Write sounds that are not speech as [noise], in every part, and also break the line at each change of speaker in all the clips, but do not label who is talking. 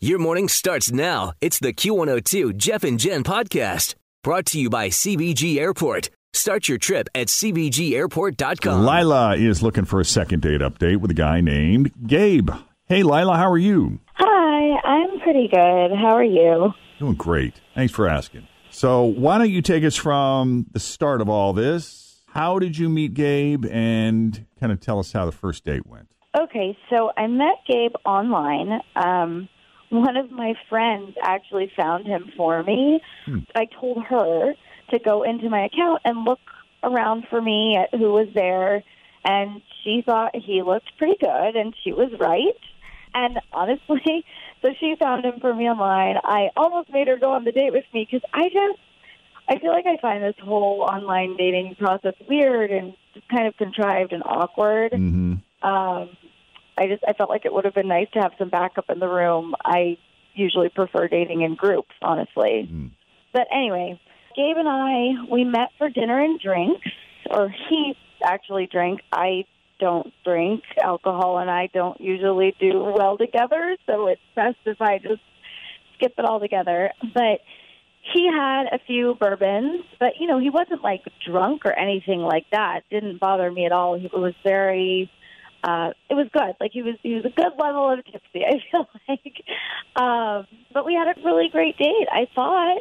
Your morning starts now. It's the Q102 Jeff and Jen podcast brought to you by CBG Airport. Start your trip at
Um,
CBGAirport.com.
Lila is looking for a second date update with a guy named Gabe. Hey, Lila, how are you?
Hi, I'm pretty good. How are you?
Doing great. Thanks for asking. So, why don't you take us from the start of all this? How did you meet Gabe and kind of tell us how the first date went?
Okay, so I met Gabe online. Um, one of my friends actually found him for me. I told her to go into my account and look around for me at who was there, and she thought he looked pretty good, and she was right. And honestly, [laughs] so she found him for me online. I almost made her go on the date with me because I just I feel like I find this whole online dating process weird and just kind of contrived and awkward.
Mm-hmm.
Um, I just I felt like it would have been nice to have some backup in the room. I usually prefer dating in groups, honestly. But anyway, Gabe and I we met for dinner and drinks, or he actually drank. I don't drink alcohol, and I don't usually do well together. So it's best if I just skip it all together. But he had a few bourbons, but you know, he wasn't like drunk or anything like that. Didn't bother me at all. He was very uh it was good. Like he was he was a good level of tipsy, [laughs] I feel like. Um but we had a really great date, I thought.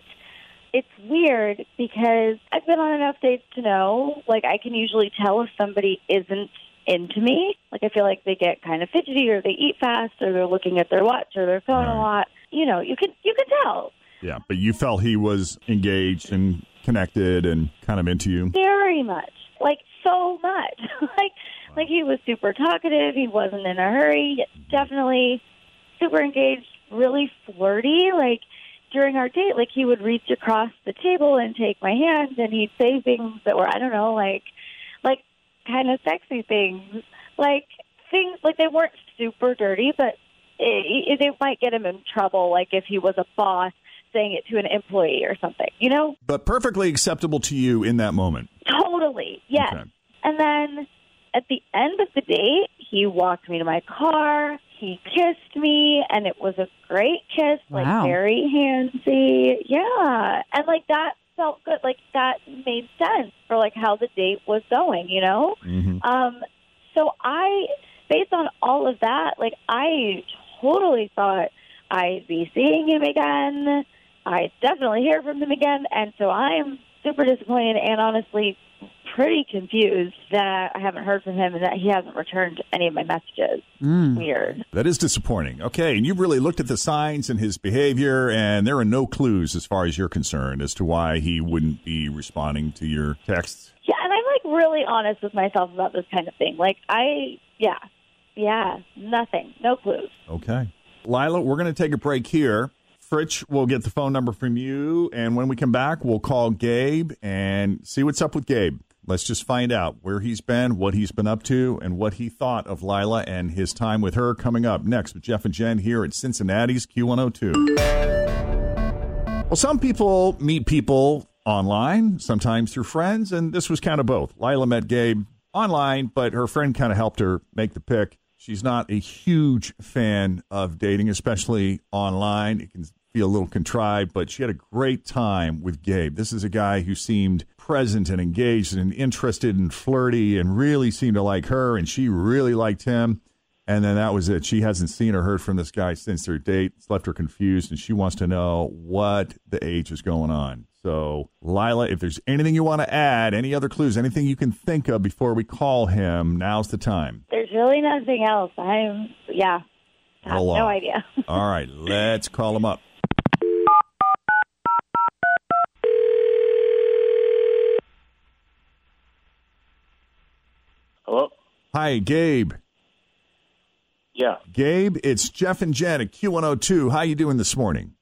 It's weird because I've been on enough dates to know, like I can usually tell if somebody isn't into me. Like I feel like they get kind of fidgety or they eat fast or they're looking at their watch or their phone a
Right.
lot. You know, you can you can tell.
Yeah, but you felt he was engaged and connected and kind of into you.
very much like so much [laughs] like like he was super talkative he wasn't in a hurry yet definitely super engaged really flirty like during our date like he would reach across the table and take my hand and he'd say things that were i don't know like like kind of sexy things like things like they weren't super dirty but it, it, it might get him in trouble like if he was a boss saying it to an employee or something you know
But perfectly acceptable to you in that moment.
Totally. Yes.
Okay.
And then at the end of the date, he walked me to my car. He kissed me, and it was a great kiss,
Wow.
like very handsy. Yeah. And like that felt good. Like that made sense for like how the date was going, you know? Um, so I, based on all of that, like I totally thought I'd be seeing him again. I definitely hear from him again, and so I'm super disappointed and honestly pretty confused that I haven't heard from him and that he hasn't returned any of my messages. Weird.
That is disappointing. Okay, and you've really looked at the signs and his behavior, and there are no clues as far as you're concerned as to why he wouldn't be responding to your texts.
Yeah, and I'm like really honest with myself about this kind of thing. Like I, yeah, yeah, nothing, no clues.
Okay. Lila, we're going to take a break here. Fritch will get the phone number from you, and when we come back, we'll call Gabe and see what's up with Gabe. Let's just find out where he's been, what he's been up to, and what he thought of Lila and his time with her coming up next with Jeff and Jen here at Cincinnati's Q102. Well, some people meet people online, sometimes through friends, and this was kind of both. Lila met Gabe online, but her friend kind of helped her make the pick. She's not a huge fan of dating, especially online. It can feel a little contrived, but she had a great time with Gabe. This is a guy who seemed present and engaged and interested and flirty and really seemed to like her, and she really liked him. And then that was it. She hasn't seen or heard from this guy since their date. It's left her confused, and she wants to know what the H is going on. So, Lila, if there's anything you want to add, any other clues, anything you can think of before we call him, now's the time.
There's really nothing else. I'm, yeah, I have
Hold
no
on.
idea.
All right, let's call him up.
Hello?
Hi, Gabe.
Yeah.
Gabe, it's Jeff and Jen at Q102. How you doing this morning?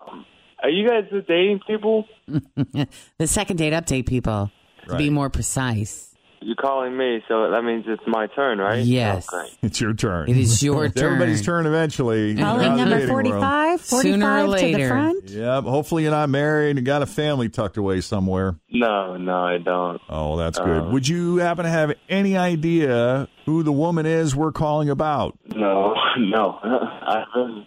[laughs]
Are you guys the dating people?
The second date update, people, to be
Right.
more precise.
You're calling me, so that means it's my turn, right?
Yes.
Okay.
It's your turn.
It is your
[laughs] It's
turn.
everybody's turn eventually.
Calling
Around the
number
dating world.
45, 45
Sooner or
to the
later.
front.
Yep. Hopefully you're not married and got a family tucked away somewhere.
No, no, I don't.
Oh, that's good.
Uh,
Would you happen to have any idea who the woman is we're calling about?
No, [laughs] no. I really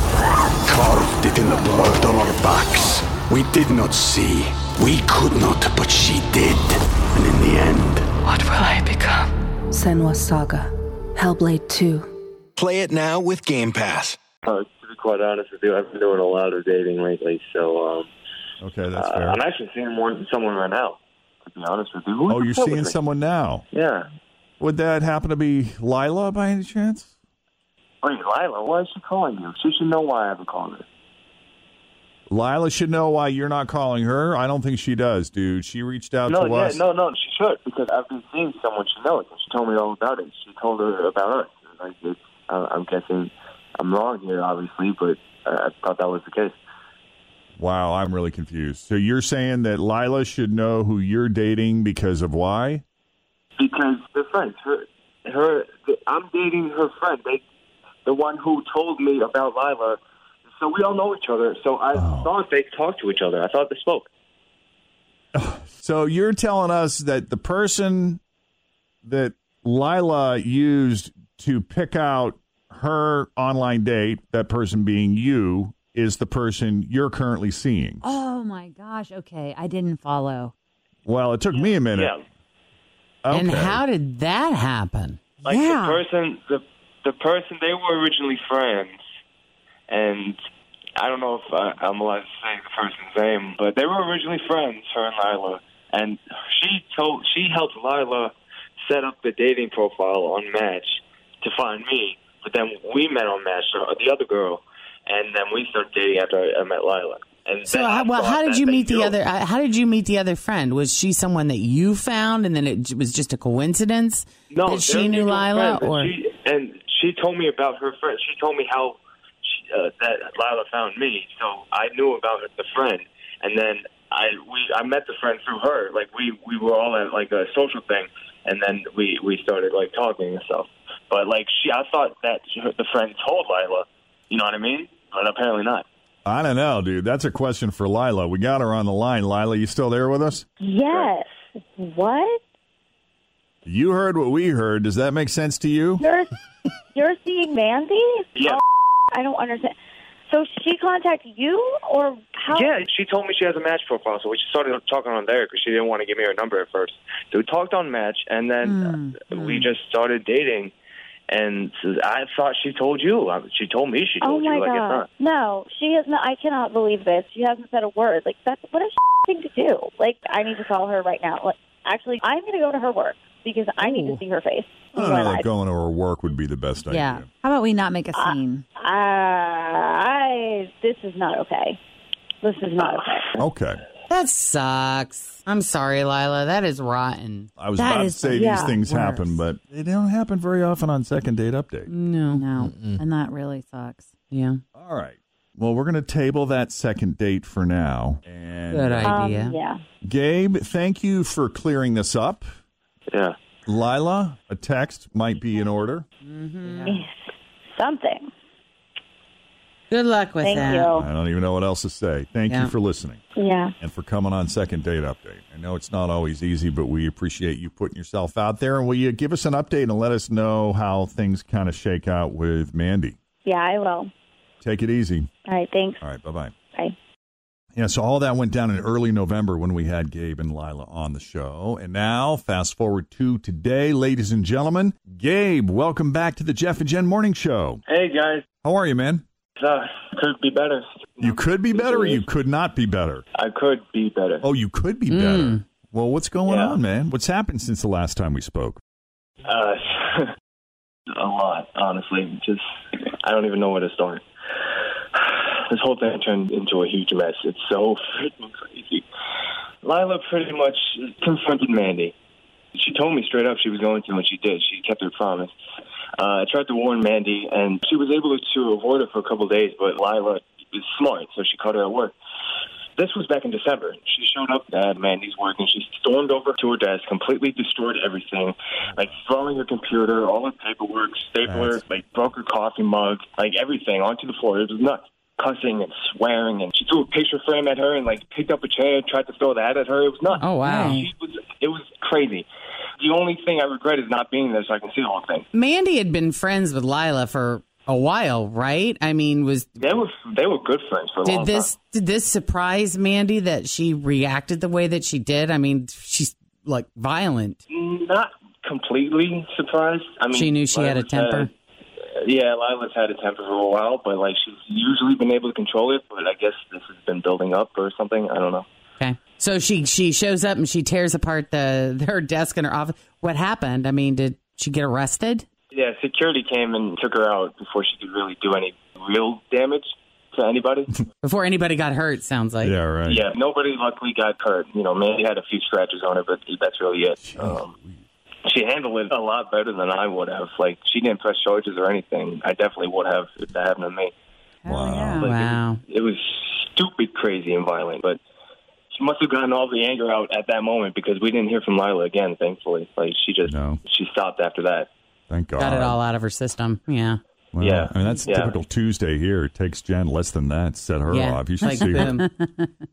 Carved it in the blood on our backs. We did not see. We could not, but she did. And in the end,
What will I become? Senwa Saga. Hellblade 2.
Play it now with Game Pass.
uh, to be quite honest with you, I've been doing a lot of dating lately, so um,
Okay, that's
uh,
fair.
I'm actually seeing one, someone right now. To be honest with you. Who
oh,
the
you're
fuck
seeing
was it?
someone now.
Yeah.
Would that happen to be Lila by any chance?
Wait, Lila, why is she calling you? She should know why I haven't called her.
Lila should know why you're not calling her. I don't think she does, dude. She reached out
no,
to
yeah,
us.
no, no, she should because I've been seeing someone she knows, and she told me all about it. She told her about us. Like, it's, I- I'm guessing I'm wrong here, obviously, but uh, I thought that was the case.
Wow, I'm really confused. So you're saying that Lila should know who you're dating because of why?
because the friends, her, her, the, I'm dating her friend, they, the one who told me about Lila. So we all know each other. So I
Oh.
thought they talked to each other. I thought they spoke.
So you're telling us that the person that Lila used to pick out her online date, that person being you, is the person you're currently seeing.
Oh my gosh. Okay. I didn't follow.
Well, it took me a minute.
Yeah,
Okay.
And how did that happen?
like
Yeah.
the person, the the person they were originally friends, and I don't know if I, I'm allowed to say the person's name, but they were originally friends, her and Lila, and she told she helped Lila set up the dating profile on Match to find me, but then we met on Match, the- the other girl, and then we started dating after I, I met Lila. And
So,
then I
how, well,
thought
how did
that
you
they
meet the
knew.
other? Uh, how did you meet the other friend? Was she someone that you found, and then it j- was just a coincidence
No,
that
they're
she knew
mutual
Lila,
friends, and
or
she, and she told me about her friend. She told me how she, uh, that Lila found me, so I knew about the friend, and then I we I met the friend through her. Like we we were all at like a social thing, and then we we started like talking and stuff. But like she, I thought that she, the friend told Lila. You know what I mean? But apparently not.
I don't know, dude. That's a question for Lila. We got her on the line. Lila, you still there with us?
yes. What?
You heard what we heard. Does that make sense to you?
You're [laughs] you're seeing Mandy?
Yeah.
Oh, I don't understand. So she contacted you, or how?
Yeah, she told me she has a match profile, so we just started talking on there because she didn't want to give me her number at first. So we talked on match, and then
Hmm,
uh we just started dating. And so I thought she told you. I- She told me she
Oh
told
my
you. Like it's
god!
not.
No, she has not. I cannot believe this. She hasn't said a word. Like that's what a [laughs] thing to do. Like I need to call her right now. Like, actually, I'm going to go to her work because I need to see her face.
Oh,
I don't know that going to her work would be the best
yeah.
idea.
How about we not make a scene?
Uh, I this is not okay. This is not okay.
Okay.
that sucks? I'm sorry, Lila. That is rotten.
I was
That
about
is
to say
yeah,
these things
worse.
happen, but they don't happen very often on second date update.
No.
no. And that really sucks.
Yeah.
All right. Well, we're going to table that second date for now. And
Uh,
Good idea.
Um, yeah.
Gabe, thank you for clearing this up.
Yeah.
Lila, a text might be in order.
Something.
Good luck with
Thank
that.
Oh.
you.
I don't even know what else to say. Thank
Yeah.
you for listening
Yeah.
and for coming on Second Date Update. I know it's not always easy, but we appreciate you putting yourself out there. And will you give us an update and let us know how things kind of shake out with Mandy?
Yeah, I will.
Take it easy.
All right. Thanks.
All right. Bye bye.
Bye.
Yeah, so all that went down in early November when we had Gabe and Lila on the show. And now, fast forward to today, ladies and gentlemen. Gabe, welcome back to the Jeff and Jen Morning Show.
Hey guys,
How are you, man?
uh, could be better.
You could be better or you could not be better.
I could be better.
Oh, you could be better.
Mm.
Well, what's going
Yeah.
on, man? What's happened since the last time we spoke?
Uh, [laughs] a lot, honestly. Just I don't even know where to start. [sighs] This whole thing turned into a huge mess. It's so freaking crazy. Lila pretty much confronted Mandy. She told me straight up she was going to, and she did. She kept her promise. Uh, I tried to warn Mandy, and she was able to avoid it for a couple of days, but Lila is smart, so she caught her at work. This was back in December. She showed up at Mandy's work and she stormed over to her desk, completely destroyed everything, like throwing her computer, all her paperwork, stapler,
That's-
like broke her coffee mug, like everything onto the floor. It was nuts. Cussing and swearing, and she threw a picture frame at her and like picked up a chair, tried to throw that at her. It was nuts.
Oh, wow.
She was, it was crazy. The only thing I regret is not being there so I can see the whole thing.
Mandy had been friends with Lila for a while, right? I mean, was
They were they were good friends for a long
did this
time.
did this surprise Mandy that she reacted the way that she did? I mean, she's like violent.
Not completely surprised. I mean,
She knew she had a
Lila's
temper.
yeah, Lila's had a temper for a while, but like she's usually been able to control it. But I guess this has been building up or something. I don't know.
Okay. So she she shows up and she tears apart the [laughs] her desk in her office. What happened? I mean, did she get arrested?
Yeah, security came and took her out before she could really do any real damage to anybody.
Before anybody got hurt, sounds like.
yeah, right.
yeah, nobody luckily got hurt. You know, Mandy had a few scratches on her, but that's really it. Um, she handled it a lot better than I would have. Like she didn't press charges or anything. I definitely would have if that happened to me.
Wow.
Wow.
It was stupid, crazy, and violent. But she must have gotten all the anger out at that moment because we didn't hear from Lila again. Thankfully, like she just
No.
she stopped after that.
Thank God.
Got it all out of her system. Yeah.
Well,
Yeah.
I mean, that's
Yeah.
typical Tuesday here. It takes Jen less than that to set her
yeah.
off. You should
Like,
see her.
boom.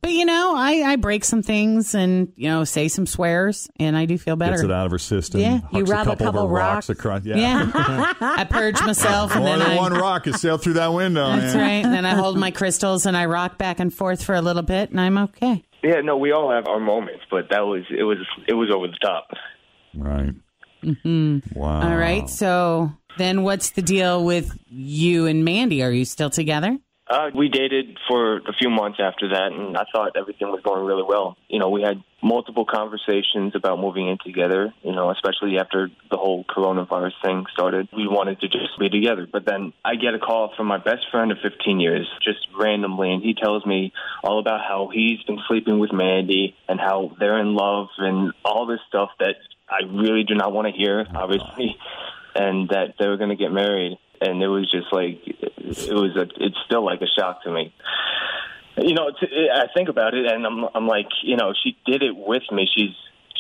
but you know, I, I break some things and, you know, say some swears and I do feel better.
Gets it out of her system.
Yeah.
hucks
You
a
rob a
couple, of
couple
her
rocks.
rocks across. Yeah. [laughs]
Yeah. I purge myself and
More
then
than
I
one rock is sailed through that window.
That's
man.
right. Then I hold my crystals and I rock back and forth for a little bit and I'm okay.
Yeah, no, we all have our moments, but that was it was it was over the top.
Right. Wow.
Mm-hmm. All
Oh.
right. So then what's the deal with you and Mandy? Are you still together?
Uh, we dated for a few months after that, and I thought everything was going really well. You know, we had multiple conversations about moving in together, you know, especially after the whole coronavirus thing started. We wanted to just be together. But then I get a call from my best friend of 15 years, just randomly, and he tells me all about how he's been sleeping with Mandy and how they're in love and all this stuff that I really do not want to hear, obviously, and that they were going to get married. And it was just like, it was a, it's still like a shock to me. You know, it's, it, I think about it, and I'm, I'm like, you know, she did it with me. She's,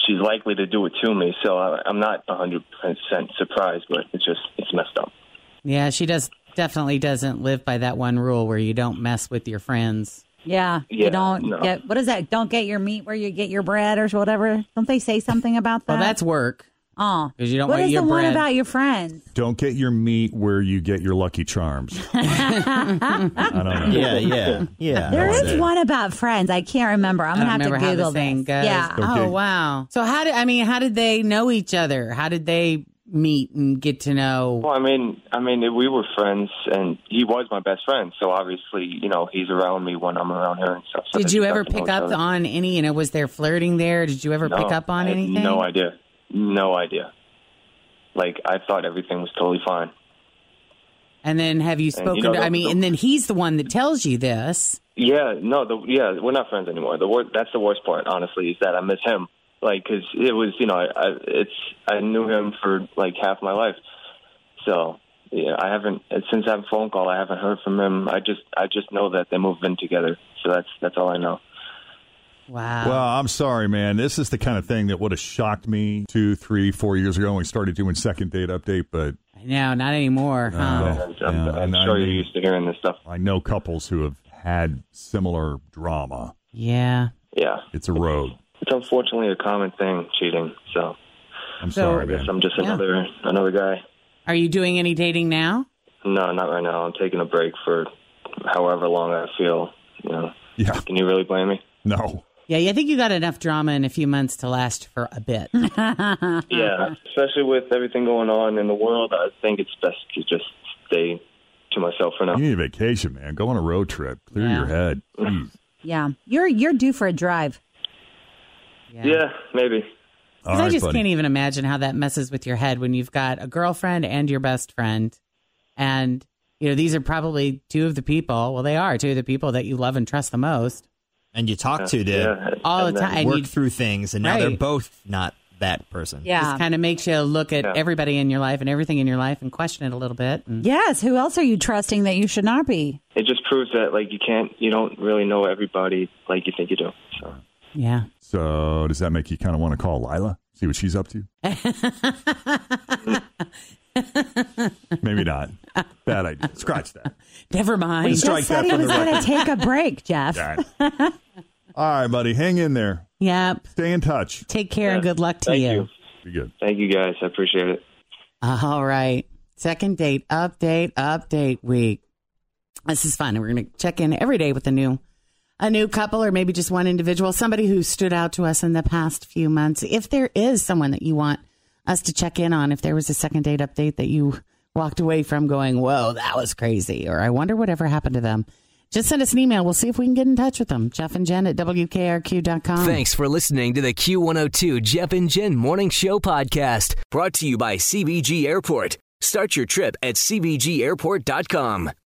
she's likely to do it to me. So I, I'm not 100% surprised, but it's just, it's messed up.
Yeah, she does definitely doesn't live by that one rule where you don't mess with your friends.
Yeah,
Yeah,
you don't
no.
get what is that? Don't get your meat where you get your bread or whatever. Don't they say something about that?
Well, that's work.
oh,
'cause you
Uh,
don't
What
want
is
your
the
bread.
one about your friends?
Don't get your meat where you get your
[laughs]
Lucky Charms. I don't know.
Yeah, yeah, yeah.
There is
Yeah.
one about friends. I can't remember. I'm
I
gonna
don't
have to
remember how the
Google
thing
this.
goes.
Yeah,
Okay.
Oh wow. So how did I mean? How did they know each other? How did they meet and get to know?
Well, I mean, I mean, we were friends, and he was my best friend. So obviously, you know, he's around me when I'm around her and stuff. So
Did
that
you
we
ever
got to know
pick
each
up
other.
on any? You know, was there flirting there? Did you ever
No,
pick up on
I had
anything?
No idea. No idea. Like I thought everything was totally fine.
And then have you spoken?
know,
to,
the-
I mean,
the-
and then he's the one that tells you this.
Yeah, no, the, yeah, we're not friends anymore. The wor- that's the worst part, honestly, is that I miss him. Like, cause it was, you know, I, I, it's, I knew him for like half my life. So yeah, I haven't since that phone call. I haven't heard from him. I just, I just know that they moved in together. So that's that's all I know.
Wow.
Well, I'm sorry, man. This is the kind of thing that would have shocked me two, three, four years ago when we started doing second date update. But
no, not anymore. huh?
I'm, sure you're used to hearing this stuff. I know couples who have had similar drama.
Yeah.
Yeah.
It's a road.
It's unfortunately a common thing, cheating. So
I'm
So-
sorry,
I guess
man.
I'm just
Yeah.
another another guy.
Are you doing any dating now?
No, not right now. I'm taking a break for however long I feel. You know.
Yeah. [laughs]
Can you really
[laughs]
blame me?
No.
Yeah, I think you got enough drama in a few months to last for a [laughs] bit.
yeah. Especially with everything going on in the world, I think it's best to just stay to myself for now.
You need a vacation, man. Go on a road trip. Clear
[laughs]
your head. Hmm. Jeez.
Yeah, you're you're due for a drive.
Yeah, maybe.
'Cause I just can't e- even imagine how that messes with your head when you've got a girlfriend and your best friend. And, you know, these are probably two of the people, well, they are two of the people that you love and trust the most.
And you talk to to
All the time. And
work
you-
through things, and now they're
Right.
both not that person.
Just kind of makes you look at
Yeah.
everybody in your life and everything in your life and question it a little bit. And
Yes. Who else are you trusting that you should not be?
It just proves that like you can't, you don't really know everybody like you think you do. So
Yeah.
So does that make you kind of want to call Lila? See what she's
[laughs]
up to? Maybe not. Bad idea. Scratch that.
Never
We
mind.
just
Strike
said
that
he
from
was
the
going to
record.
take a break, Jeff.
Darn.
[laughs]
All right, buddy. Hang in there.
Yep.
Stay in touch.
Take care and good luck to
Thank
you.
you.
Be good.
Thank you guys. I appreciate it.
All right. Second date update, update week. This is fun. We're going to check in every day with a new a new couple or maybe just one individual, somebody who stood out to us in the past few months. If there is someone that you want us to check in on, if there was a second date update that you walked away from going, "Whoa, that was crazy," or "I wonder whatever happened to them." Just send us an email. We'll see if we can get in touch with them. Jeff and Jen at WKRQ.com.
Thanks for listening to the Q102 Jeff and Jen Morning Show podcast, brought to you by CBG Airport. Start your trip at CBGAirport.com.